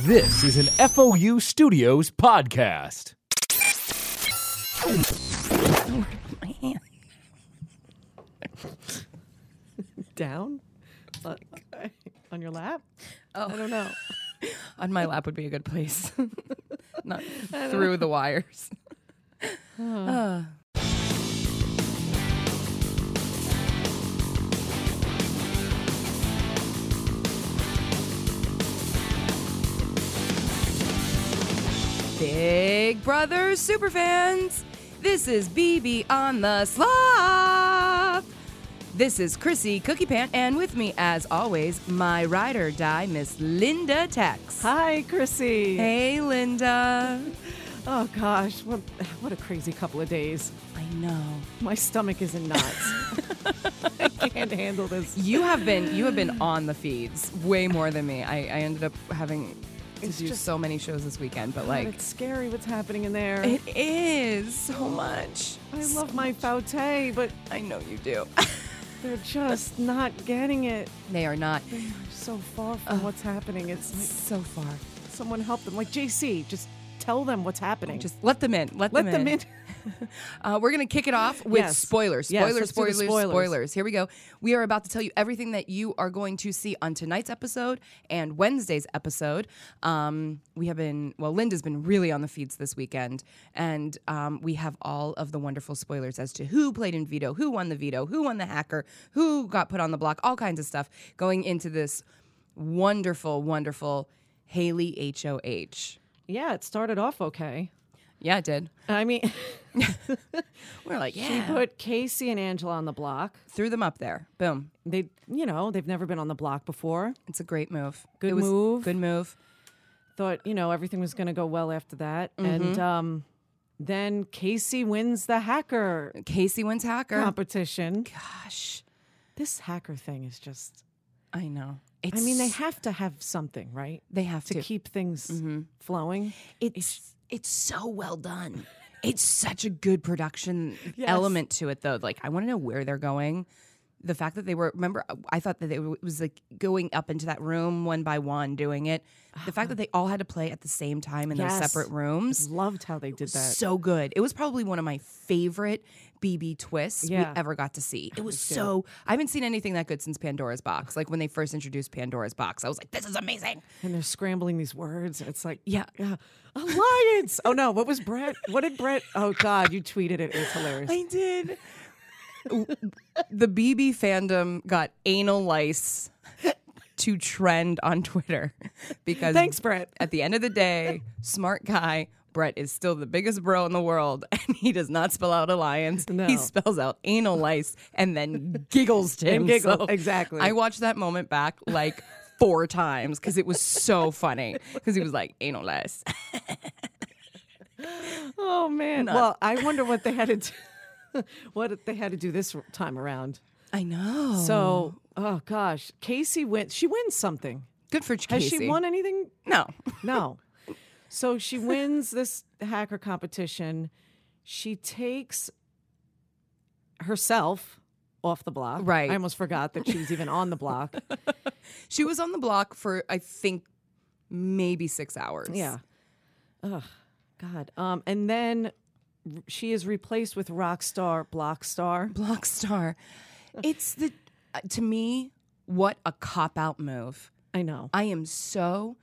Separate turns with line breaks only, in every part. This is an FOU Studios podcast.
down on, on your lap?
Oh.
I don't know.
On my lap would be a good place. Not through the wires. Uh, Big Brother superfans, this is BB on the Sloth. This is Chrissy Cookie Pant, and with me, as always, my ride or die, Miss Linda Tex.
Hi, Chrissy.
Hey, Linda.
Oh gosh, what what a crazy couple of days.
I know.
My stomach is in knots. I can't handle this.
You have been you have been on the feeds way more than me. I, I ended up having to
It's
do
just-
so many shows this weekend, but like
it's scary what's happening in there.
it is so much.
I love my fauteuil, but
I know you do.
they're just not getting it.
they are not
They're so far from what's happening. It's
so far.
like someone help them. Like JC, just tell them what's happening.
Just let them in. Let,
let them in.
Uh, we're going to kick it off with
Yes.
spoilers.
Yes,
Spoilers,
let's do the
spoilers,
spoilers.
spoilers, Here we go. We are about to tell you everything that you are going to see on tonight's episode and Wednesday's episode. Um, we have been, well, Linda's been really on the feeds this weekend, and um, we have all of the wonderful spoilers as to who played in veto, who won the veto, who won the hacker, who got put on the block, all kinds of stuff going into this wonderful, wonderful Haley HOH.
yeah, it started off okay.
Yeah, it did.
I mean,
We're like,
she
yeah.
put Casey and Angela on the block.
Threw them up there. Boom.
They, you know, they've never been on the block before.
It's a great move.
Good
It was
move.
Good move.
thought you know everything was going to go well after that
Mm-hmm.
and um, then casey wins the hacker
Casey wins hacker.
competition
Gosh,
this hacker thing is just
I know. It's,
i mean they have to have something right
they have
to
to. Mm-hmm.
keep things flowing
it's it's so well done. It's such a good production
Yes.
element to it, though. Like I want to know where they're going. The fact that they were remember, I thought that they were, it was like going up into that room one by one, doing it. The fact that they all had to play at the same time in
Uh-huh. Yes.
those separate rooms.
loved how they did that
so good. It was probably one of my favorite BB twists
Yeah.
we ever got to see. It was so I haven't seen anything that good since Pandora's Box. Like when they first introduced Pandora's Box, I was like, "This is amazing."
and they're scrambling these words and it's like
Yeah.
yeah alliance oh no what was brett what did brett oh god you tweeted it it was hilarious
I did. the BB fandom got anal lice to trend on Twitter because
Thanks, Brett.
At the end of the day, smart guy. Brett is still the biggest bro in the world, and he does not spell out alliance.
No.
He spells out anal lice and then giggles to
And
himself.
giggle, exactly.
I watched that moment back like four times because it was so funny. Because he was like anal lice.
Oh man! Well, I wonder what they had to do. what they had to do this time around.
I know.
So, oh gosh, Casey wins. She wins something.
good for Casey.
Has she won anything?
No.
No. so she wins this hacker competition. She takes herself off the block.
Right.
I almost forgot that she was even on the block.
She was on the block for I think maybe six hours.
yeah. Ugh, God. Um, and then r- she is replaced with rock star, block star.
block star. It's the uh, to me what a cop out move.
I know.
I am so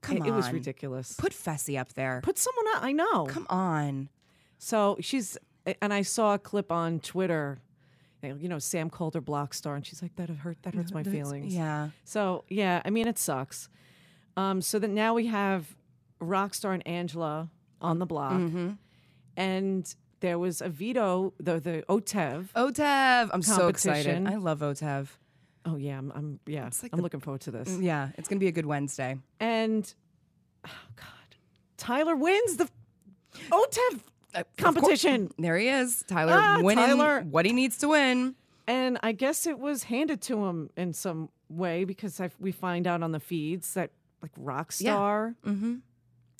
come
it,
on.
it was ridiculous.
Put Fessy up there.
Put someone out. I know.
come on.
So she's, and I saw a clip on Twitter. You know, Sam called her block star, and she's like, "That hurt. That hurts my feelings."
Yeah.
So yeah, I mean, it sucks. Um, so that now we have Rockstar and Angela on the block,
Mm-hmm.
and there was a veto, the the Otev.
Otev. I'm so excited.
Competition.
I love Otev.
Oh yeah, I'm, I'm yeah,
like the-
I'm
Mm.
looking forward to this.
Yeah, it's gonna be a good Wednesday.
And oh god, Tyler wins the Otev
Uh, course.
competition,
There he is. Tyler
Ah,
winning
Tyler.
what he needs to win.
and I guess it was handed to him in some way because I, we find out on the feeds that like Rockstar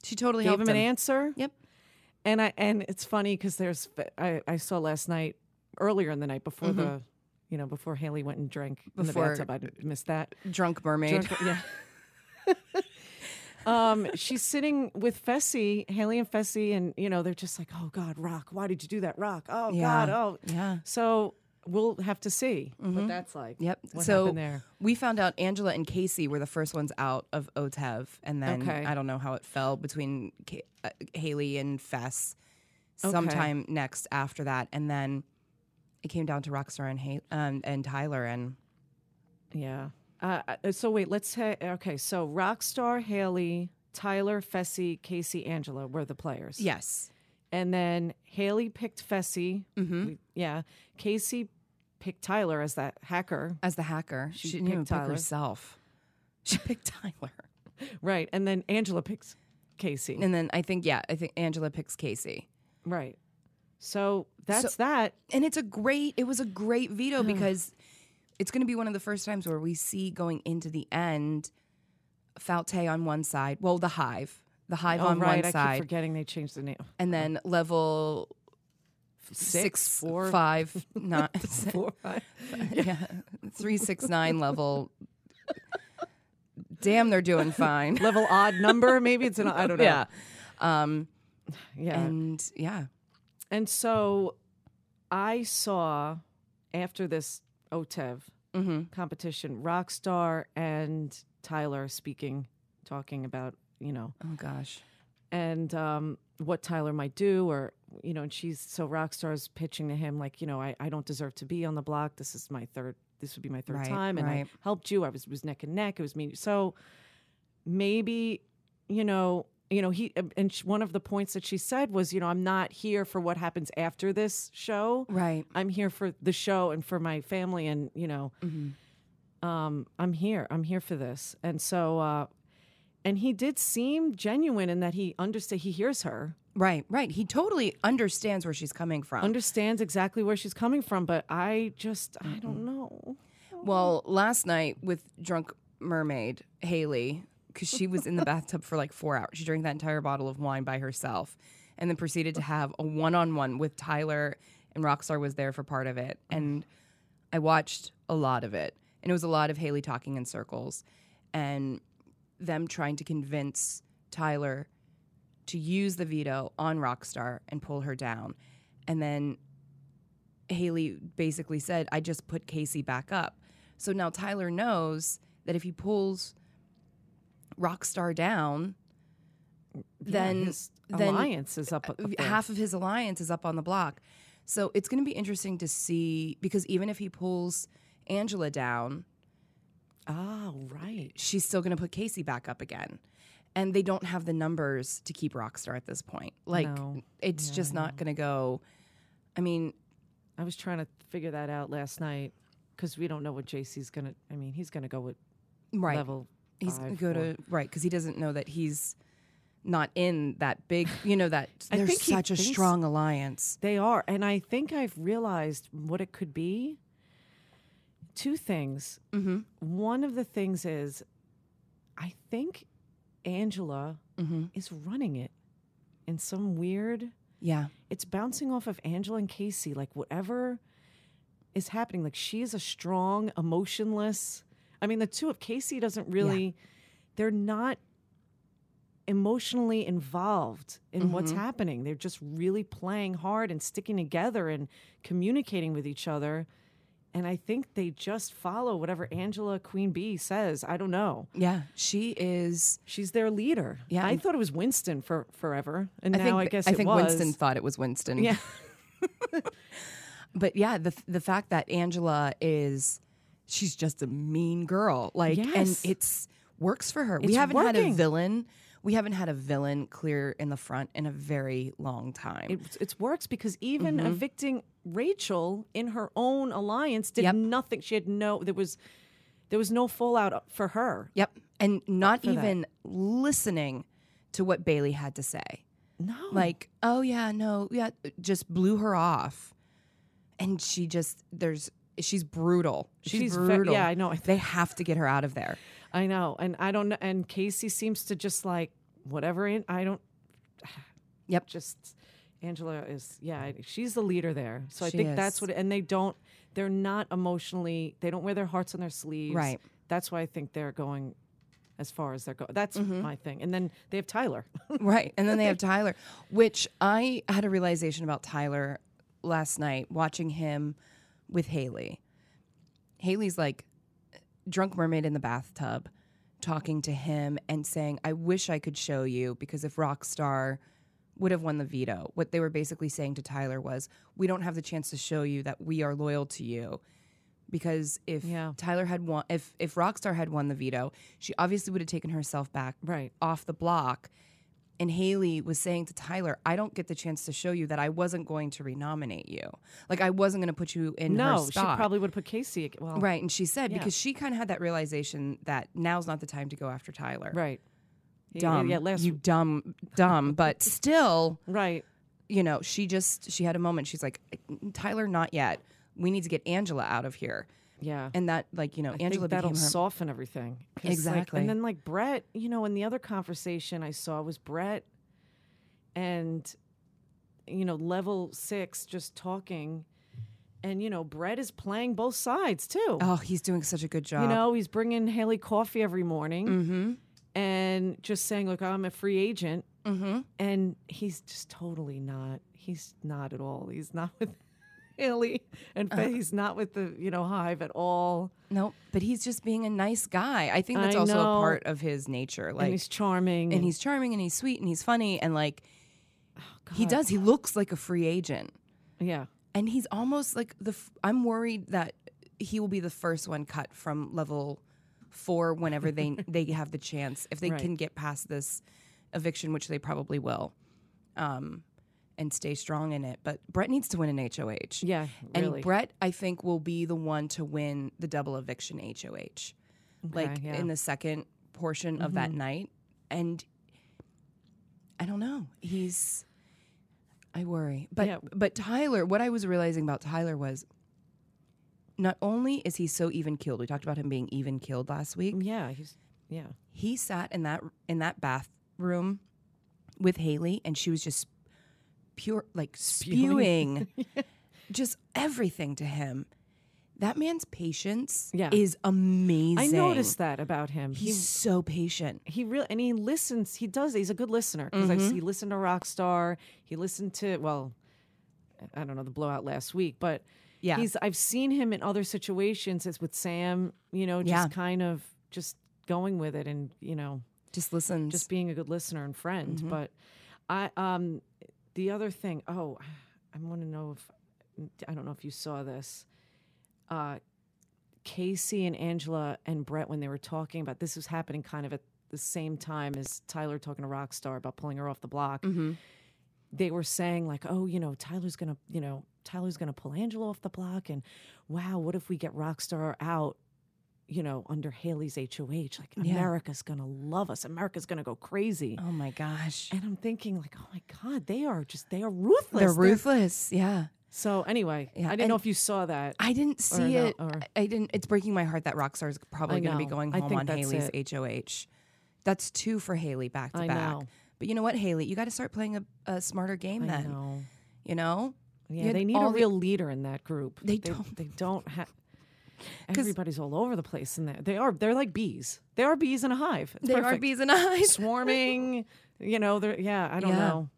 She totally
gave
Mm-hmm. helped
him an answer.
Yep.
And I and it's funny because there's I, I saw last night earlier in the night before the you know before Haley went and drank in the
Mm-hmm. Before-
bathtub I missed that
Drunk mermaid.
Drunk- yeah um, she's sitting with Fessy, Haley and Fessy, and you know they're just like, "Oh God, Rock, why did you do that, Rock? Oh
Yeah. Mm-hmm.
God, oh
Yeah.
So we'll have to see what that's like.
Yep.
What
so
happened there?
we found out Angela and Casey were the first ones out of Otev, and then
Okay.
I don't know how it fell between K- uh, Haley and Fess
Okay.
sometime next after that, and then it came down to Rockstar and ha- um, and Tyler, and
Yeah. Uh, uh, so wait, let's ha- okay. So Rockstar, Haley, Tyler, Fessy, Casey, Angela were the players.
yes,
And then Haley picked Fessy. Mm-hmm. Yeah. Casey picked Tyler as that hacker.
as the hacker, she, didn't
picked
even pick
Tyler.
herself. She picked Tyler,
Right. And then Angela picks Casey.
and then I think yeah, I think Angela picks Casey.
Right. So that's that.
and it's a great it was a great veto
Mm.
because it's going to be one of the first times where we see going into the end Falte on one side, well the hive, the hive
Oh,
on
right.
one
I keep
side,
forgetting they changed the name.
and then level
Six,
six,
four-
five, nine,
Four, five.
yeah, three, six, nine level. Damn, they're doing fine.
Level odd number. Maybe it's an. I don't know.
yeah, um,
Yeah.
and yeah,
And so I saw after this OTEV Mm-hmm. competition, Rockstar and Tyler speaking, talking about, you know,
oh gosh,
and um, what Tyler might do, or, you know, and she's so Rockstar's pitching to him, like, you know, I, I don't deserve to be on the block. This is my third, this would be my third
Right,
time. And
right.
I helped you. I was, was neck and neck. It was me. So maybe, you know, you know, he and sh- one of the points that she said was, you know, I'm not here for what happens after this show.
right,
I'm here for the show and for my family, and you know,
Mm-hmm.
um, I'm here. I'm here for this. And so, uh, and he did seem genuine in that he understood. He hears her,
right, right. He totally understands where she's coming from.
understands exactly where she's coming from. But I just, I don't know.
Well, last night with drunk mermaid Haley, because she was in the bathtub for like four hours. She drank that entire bottle of wine by herself, and then proceeded to have a one-on-one with Tyler, and Rockstar was there for part of it. And I watched a lot of it, and it was a lot of Haley talking in circles, and them trying to convince Tyler to use the veto on Rockstar and pull her down, and then Haley basically said, I just put Casey back up. So now Tyler knows that if he pulls Rockstar down, then,
his
then uh,
alliance is up. up there.
half of his alliance is up on the block. So it's going to be interesting to see because even if he pulls Angela down,
Ah, right.
she's still going to put Casey back up again. And they don't have the numbers to keep Rockstar at this point. Like,
No.
it's just not going to go. I mean,
I was trying to figure that out last night because we don't know what JC's gonna. I mean, he's gonna go with
right.
level.
He's
five,
go
four.
to right because he doesn't know that he's not in that big. You know that
I
there's
think he
such a
thinks-
strong alliance.
They are. And I think I've realized what it could be. Two things.
Mhm.
One of the things is I think Angela is running it in some weird
Yeah,
it's bouncing off of Angela and Casey like whatever is happening like she is a strong emotionless I mean the two of Casey doesn't really they're not emotionally involved in what's
Mm-hmm.
happening they're just really playing hard and sticking together and communicating with each other and I think they just follow whatever Angela Queen Bee says I don't know
yeah. She is.
she's their leader
Yeah,
I
and-
thought it was Winston for forever and
I
now
think.
I
th-
guess
I
it
think
was
Winston thought it was Winston.
yeah
but yeah, the the fact that Angela is, she's just a mean girl. Like,
Yes.
and it's works for her. we
It's
haven't had a
working.
villain. We haven't had a villain clear in the front in a very long time.
it, it works because even
Mm-hmm.
evicting Rachel in her own alliance did
Yep.
nothing. She had no there was there was no fallout for her.
yep, and not
for that.
even listening to what Bailey had to say.
No,
like oh yeah no yeah just blew her off and she just there's she's brutal she's,
She's ve-
brutal
yeah, I know.
they have to get her out of there
I know, and I don't. know And Casey seems to just like whatever. In, I don't.
Yep.
Just Angela is yeah. I- She's the leader there, so I
She
think
is.
that's what. And they don't. They're not emotionally. They don't wear their hearts on their sleeves.
Right.
That's why I think they're going as far as they're going. That's
Mm-hmm.
my thing. And then they have Tyler.
Right. And then they have Tyler, which I had a realization about Tyler last night watching him with Haley. Haley's like drunk mermaid in the bathtub talking to him and saying, I wish I could show you because if Rockstar would have won the veto, what they were basically saying to Tyler was, We don't have the chance to show you that we are loyal to you. Because if
Yeah.
Tyler had won, if, if Rockstar had won the veto, she obviously would have taken herself back
Right.
off the block. And Haley was saying to Tyler, I don't get the chance to show you that I wasn't going to renominate you. Like, I wasn't going to put you in her
No, she
spot.
probably would put Casey. ag- Well,
Right. And she said, because she kind of had that realization that now's not the time to go after Tyler.
right. Yeah,
Dumb.
Yeah, last,
you dumb, dumb. But still,
right.
you know, she just, she had a moment. She's like, Tyler, not yet. We need to get Angela out of here.
Yeah.
And that, like, you know,
I think
Angela
that'll
became her.
soften everything 'Cause, like-
Exactly.
and then like Brett, you know, in the other conversation I saw was Brett and you know level six just talking, and you know Brett is playing both sides too.
oh, he's doing such a good job.
You know, he's bringing Haley coffee every morning
mm-hmm.
and just saying, "Look, I'm a free agent,"
Mm-hmm.
and he's just totally not. He's not at all. He's not with. Haley, and
Uh,
he's not with the you know hive at all.
No, but he's just being a nice guy. I think that's
I
also
know.
a part of his nature. Like,
and he's charming,
and he's charming and he's sweet and he's funny and like he
Oh, God.
does. He looks like a free agent,
yeah,
and he's almost like the. F- I'm worried that he will be the first one cut from level four whenever they they have the chance if they
Right.
can get past this eviction, which they probably will, um, and stay strong in it. But Brett needs to win an HOH.
Yeah, really.
And Brett, I think, will be the one to win the double eviction HOH, like
yeah. Mm-hmm.
in the second portion of that night. And I don't know. He's, I worry. But
Yeah.
but Tyler, what I was realizing about Tyler was, not only is he so even killed. We talked about him being even killed last week.
Yeah, he's yeah.
He sat in that in that bathroom with Haley, and she was just pure like spewing just everything to him. That man's patience
Yeah.
is amazing.
I noticed that about him.
he's
He
so patient.
he really and he listens. He does. He's a good listener because
Mm-hmm.
he listened to Rockstar. He listened to well, I don't know the blowout last week, but
Yeah.
he's. I've seen him in other situations as with Sam. You know, just
Yeah.
kind of just going with it and you know
Just listens.
just being a good listener and friend. But I um the other thing, oh, I want to know if I don't know if you saw this. Uh Casey and Angela and Brett when they were talking about this was happening kind of at the same time as Tyler talking to Rockstar about pulling her off the block.
Mm-hmm.
They were saying like, "Oh, you know, Tyler's going to, you know, Tyler's going to pull Angela off the block and wow, what if we get Rockstar out you know, under Haley's HOH, like America's gonna love us. America's gonna go crazy.
oh my gosh.
And I'm thinking, like, oh my God, they are just they are ruthless.
They're ruthless. Yeah.
So anyway,
Yeah,
I didn't know
and-
if you saw that.
I didn't see
no-
it.
or-
I didn't. It's breaking my heart that Rockstar is
I
probably going to be
know.
going
I
home
think
on
that's
Haley's HOH. That's two for Haley back to
I
back.
know.
But you know what, Haley, you got to start playing a, a smarter game
I
then.
know.
You know, You
Yeah,
had
they need a
all the-
real leader in that group.
They don't.
They don't have. Everybody's all over the place in there. They are. They're like bees. They are bees in a hive. It's
They are
perfect.
bees and eyes.
swarming. you know. They're yeah. I don't
Yeah.
know.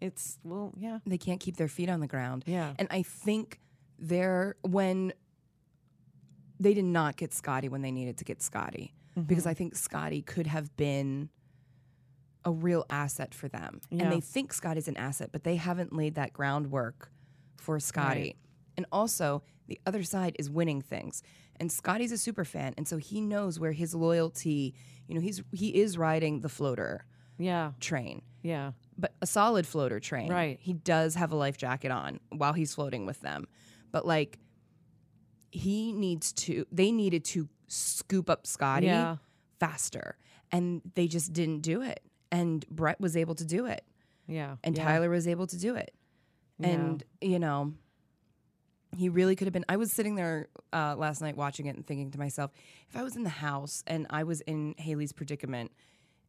It's well. Yeah.
They can't keep their feet on the ground.
Yeah.
And I think they're when they did not get Scotty when they needed to get Scotty because I think Scotty could have been a real asset for them.
Yeah.
And they think Scott is an asset, but they haven't laid that groundwork for Scotty. And also, the other side is winning things. And Scotty's a super fan, and so he knows where his loyalty, you know, he's he is riding the floater
Yeah.
train
Yeah.
but a solid floater train.
Right.
He does have a life jacket on while he's floating with them. But like he needs to they needed to scoop up Scotty
Yeah.
faster. And they just didn't do it. And Brett was able to do it.
Yeah.
And
yeah.
Tyler was able to do it. And, you know, he really could have been. I was sitting there uh, last night watching it and thinking to myself, if I was in the house and I was in Haley's predicament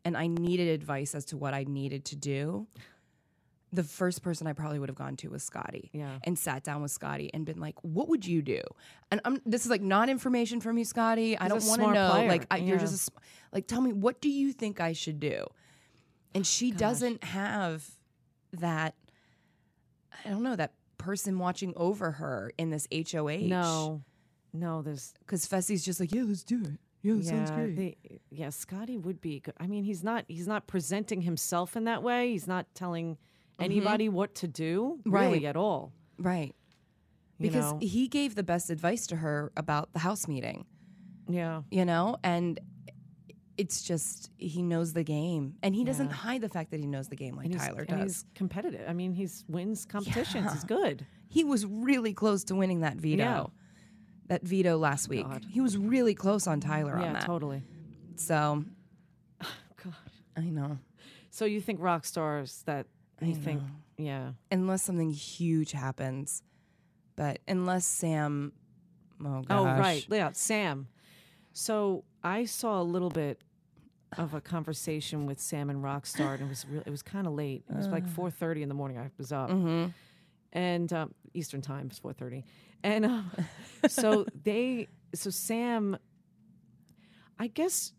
and I needed advice as to what I needed to do, the first person I probably would have gone to was Scotty.
Yeah.
And sat down with Scotty and been like, what would you do? And I'm, this is like not information from you, Scotty. I
He's a
don't want to
smart
know.
player.
Like, I, you're
Yeah.
just a, sm- like, tell me, what do you think I should do? And she doesn't have that, I don't know, that person watching over her in this HOH.
No, no, there's
Because Fessy's just like, yeah, let's do it. Yeah, that sounds
yeah,
great.
they- yeah, Scotty would be. Good. I mean, he's not. He's not presenting himself in that way. He's not telling anybody what to do
Mm-hmm. Right.
really at all.
right.
you
Because
know?
he gave the best advice to her about the house meeting.
yeah,
you know and it's just he knows the game and he doesn't
Yeah.
hide the fact that he knows the game like
he's-
tyler does
and he's competitive. I mean, he's wins competitions. He's good.
he was really close to winning that veto
Yeah. Oh
that veto last week
God.
he was really close on tyler on
Yeah,
that
totally.
so
God.
i know
So you think rock stars that you think? Yeah,
unless something huge happens but unless sam oh gosh
Oh, right. Yeah, Sam. So I saw a little bit of a conversation with Sam and Rockstar, and it was real, it was kind of late. It was like four thirty in the morning. I was up, and um, Eastern time is four thirty, and um, so they so Sam. I guess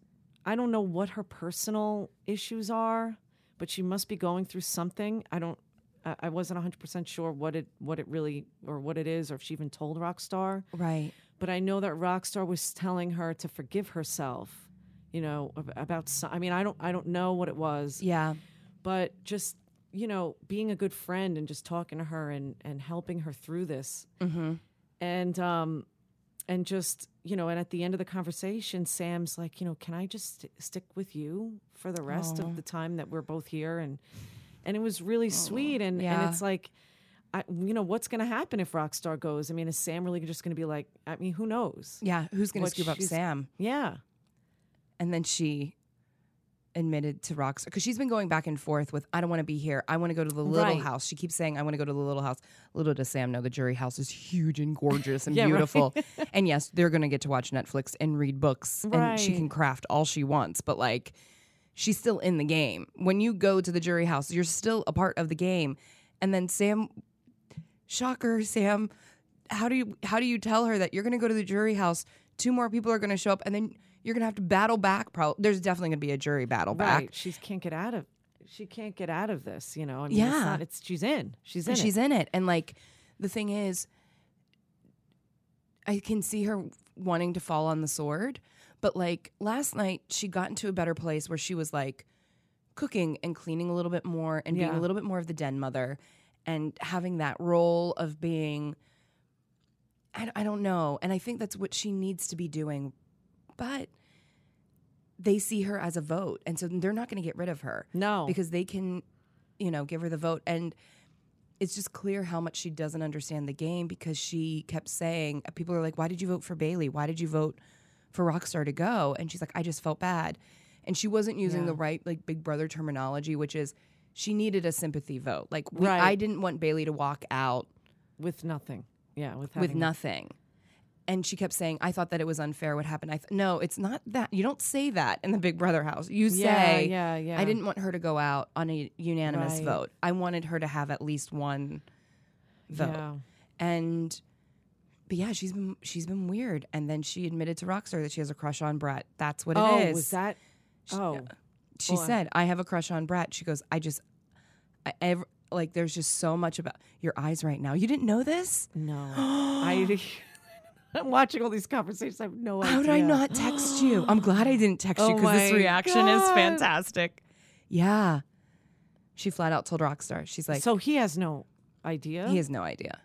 I don't know what her personal issues are, but she must be going through something. I don't. I I wasn't 100% sure what it what it really or what it is or if she even told Rockstar
right
but I know that Rockstar was telling her to forgive herself. You know ab- about. so- I mean, I don't. I don't know what it was,
yeah
but just you know, being a good friend and just talking to her and and helping her through this,
Mm-hmm.
and um, and just you know, and at the end of the conversation, Sam's like, you know, can I just st- stick with you for the rest of the time that we're both here? And and it was really sweet, and
Oh, Yeah.
and it's like. I, you know what's going to happen if Rockstar goes? I mean, is Sam really just going to be like? I mean, who knows?
yeah who's gonna
What
scoop up
she's-
sam
Yeah,
And then she admitted to Rockstar because she's been going back and forth with, I don't want to be here. I want to go to the little
Right.
house. She keeps saying, I want to go to the little house. Little does Sam know the jury house is huge and gorgeous and
Yeah, right.
beautiful. and yes, they're going to get to watch Netflix and read books and she
Right.
can craft all she wants. But like, she's still in the game. When you go to the jury house, you're still a part of the game. And then Sam, shocker, Sam, how do you how do you tell her that you're going to go to the jury house? Two more people are going to show up, and then you're going to have to battle back. Probably there's definitely going to be a jury battle back.
right. She can't get out of. She can't get out of this. You know. I mean,
Yeah.
It's, not, it's she's in. She's in.
and
it.
she's in it. And like the thing is, I can see her wanting to fall on the sword, but like last night she got into a better place where she was like cooking and cleaning a little bit more and being
Yeah.
a little bit more of the den mother and having that role of being I, I don't know. And I think that's what she needs to be doing. But they see her as a vote. And so they're not going to get rid of her.
No.
Because they can, you know, give her the vote. And it's just clear how much she doesn't understand the game because she kept saying, uh, people are like, why did you vote for Bailey? Why did you vote for Rockstar to go? And she's like, I just felt bad. And she wasn't using the right, like, big brother terminology, which is she needed a sympathy vote. Like, we,
Right.
I didn't want Bailey to walk out
with nothing. Yeah.
with
With having-
nothing. And she kept saying, I thought that it was unfair what happened. I th- no, it's not that. You don't say that in the Big Brother house. You
Yeah,
say,
yeah, yeah.
I didn't want her to go out on a unanimous
Right.
vote. I wanted her to have at least one vote.
Yeah.
And, but yeah, she's been, she's been weird. And then she admitted to Rockstar that she has a crush on Brett. That's what
oh,
it is.
was that? Oh,
She said, "I have a crush on Brett." She goes, "I just, I ever like, there's just so much about your eyes right now. You didn't know this?
no. I. I'm watching all these conversations. I have no idea.
How did I not text you? I'm glad I didn't text you
Oh
because this
my
reaction is
God.
fantastic. Yeah, she flat out told Rockstar. She's like,
So he has no idea.
he has no idea,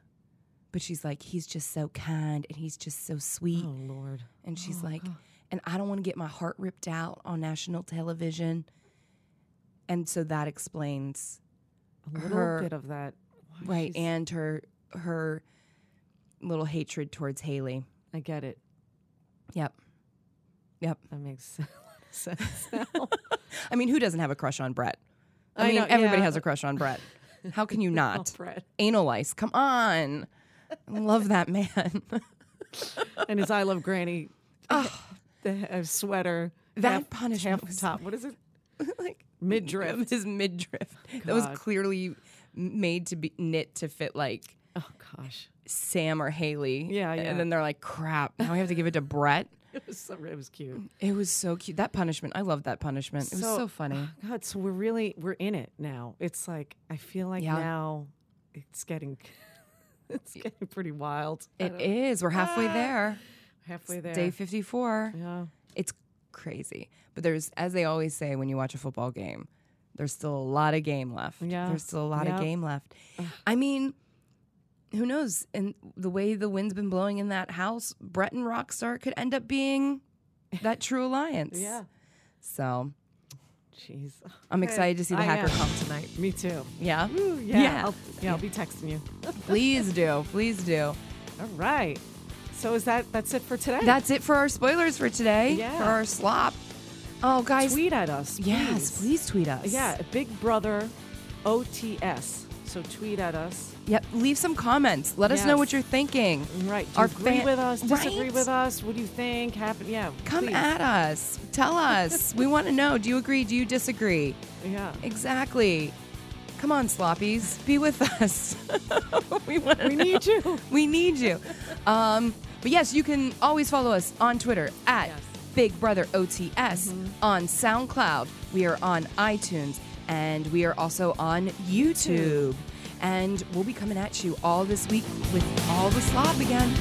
but she's like, he's just so kind and he's just so sweet.
Oh Lord.
And she's like, and I don't want to get my heart ripped out on national television. And so that explains
A little
Her-
bit of that. Wow,
right
she's-
and her her little hatred towards haley
I get it.
yep yep
That makes sense now.
i mean who doesn't have a crush on brett i,
I
mean
know,
everybody
yeah. Oh,
has a crush on brett how can you not
Brett.
anal lice come on I love that man
and his I Love Granny the, uh, sweater.
That
half-
punishment
half
was-
top. What is it?
like
Midriff.
His midriff that was
God.
clearly made to be knit to fit like
Oh gosh,
Sam or Haley.
Yeah, yeah.
And then they're like, crap. Now we have to give it to Brett.
it was so, it was cute.
It was so cute. That punishment. I loved that punishment. It was so funny.
God, so we're really we're in it now. It's like I feel like
Yeah.
now it's getting it's getting pretty wild. I
It
don't-
is. We're halfway there.
halfway there.
Day 54.
yeah.
It's crazy. But there's, as they always say when you watch a football game, there's still a lot of game left.
Yeah.
There's still a lot
Yep.
of game left. I mean, who knows? And the way the wind's been blowing in that house, Brett and Rockstar could end up being that true alliance.
Yeah.
So
Jeez.
I'm
Okay.
excited to see the
I
hacker
am.
come tonight.
Me too.
Yeah.
Ooh, yeah.
Yeah.
I'll, yeah, I'll be texting you.
please do. Please do.
All right. So is that that's it for today?
That's it for our spoilers for today.
Yeah.
For our slop. Oh, guys.
tweet at us.
Yes, please tweet us.
Yeah, Big Brother OTS. So tweet at us.
Yep. Leave some comments. Let us know
Yes.
what you're thinking.
Right. Do
Our
you agree
fan-
with us? Disagree
Right?
with us? What do you think? Happen? Yeah.
Come
please.
at us. Tell us. we want to know. Do you agree? Do you disagree?
Yeah.
Exactly. Come on, sloppies. Be with us. we want to
We need you.
We need you. Um, but yes, you can always follow us on Twitter at
Yes. Mm-hmm.
Big Brother OTS, on SoundCloud. We are on iTunes, and we are also on YouTube. And we'll be coming at you all this week with all the slop again.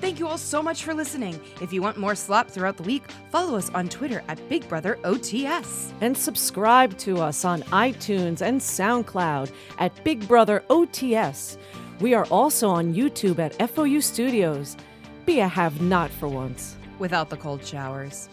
Thank you all so much for listening. If you want more slop throughout the week, follow us on Twitter at Big Brother OTS.
And subscribe to us on iTunes and SoundCloud at Big Brother OTS. We are also on YouTube at FOU Studios. Be a have not for once.
Without the cold showers.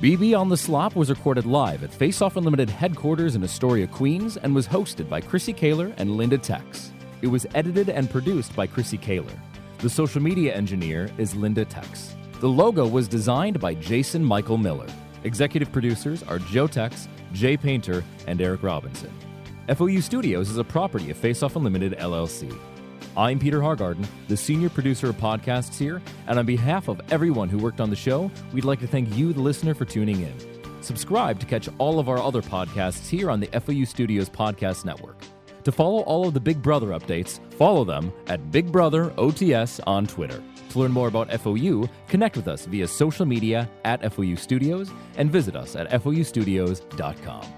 BB on the Slop was recorded live at Face Off Unlimited headquarters in Astoria, Queens, and was hosted by Chrissy Kaler and Linda Tex. It was edited and produced by Chrissy Kaler. The social media engineer is Linda Tex. The logo was designed by Jason Michael Miller. Executive producers are Joe Tex, Jay Painter, and Eric Robinson. FOU Studios is a property of Face Off Unlimited LLC. I'm Peter Hargarden, the senior producer of podcasts here, and on behalf of everyone who worked on the show, we'd like to thank you, the listener, for tuning in. Subscribe to catch all of our other podcasts here on the FOU Studios Podcast Network. To follow all of the Big Brother updates, follow them at Big Brother OTS on Twitter. To learn more about FOU, connect with us via social media at FOU Studios and visit us at FOUstudios.com.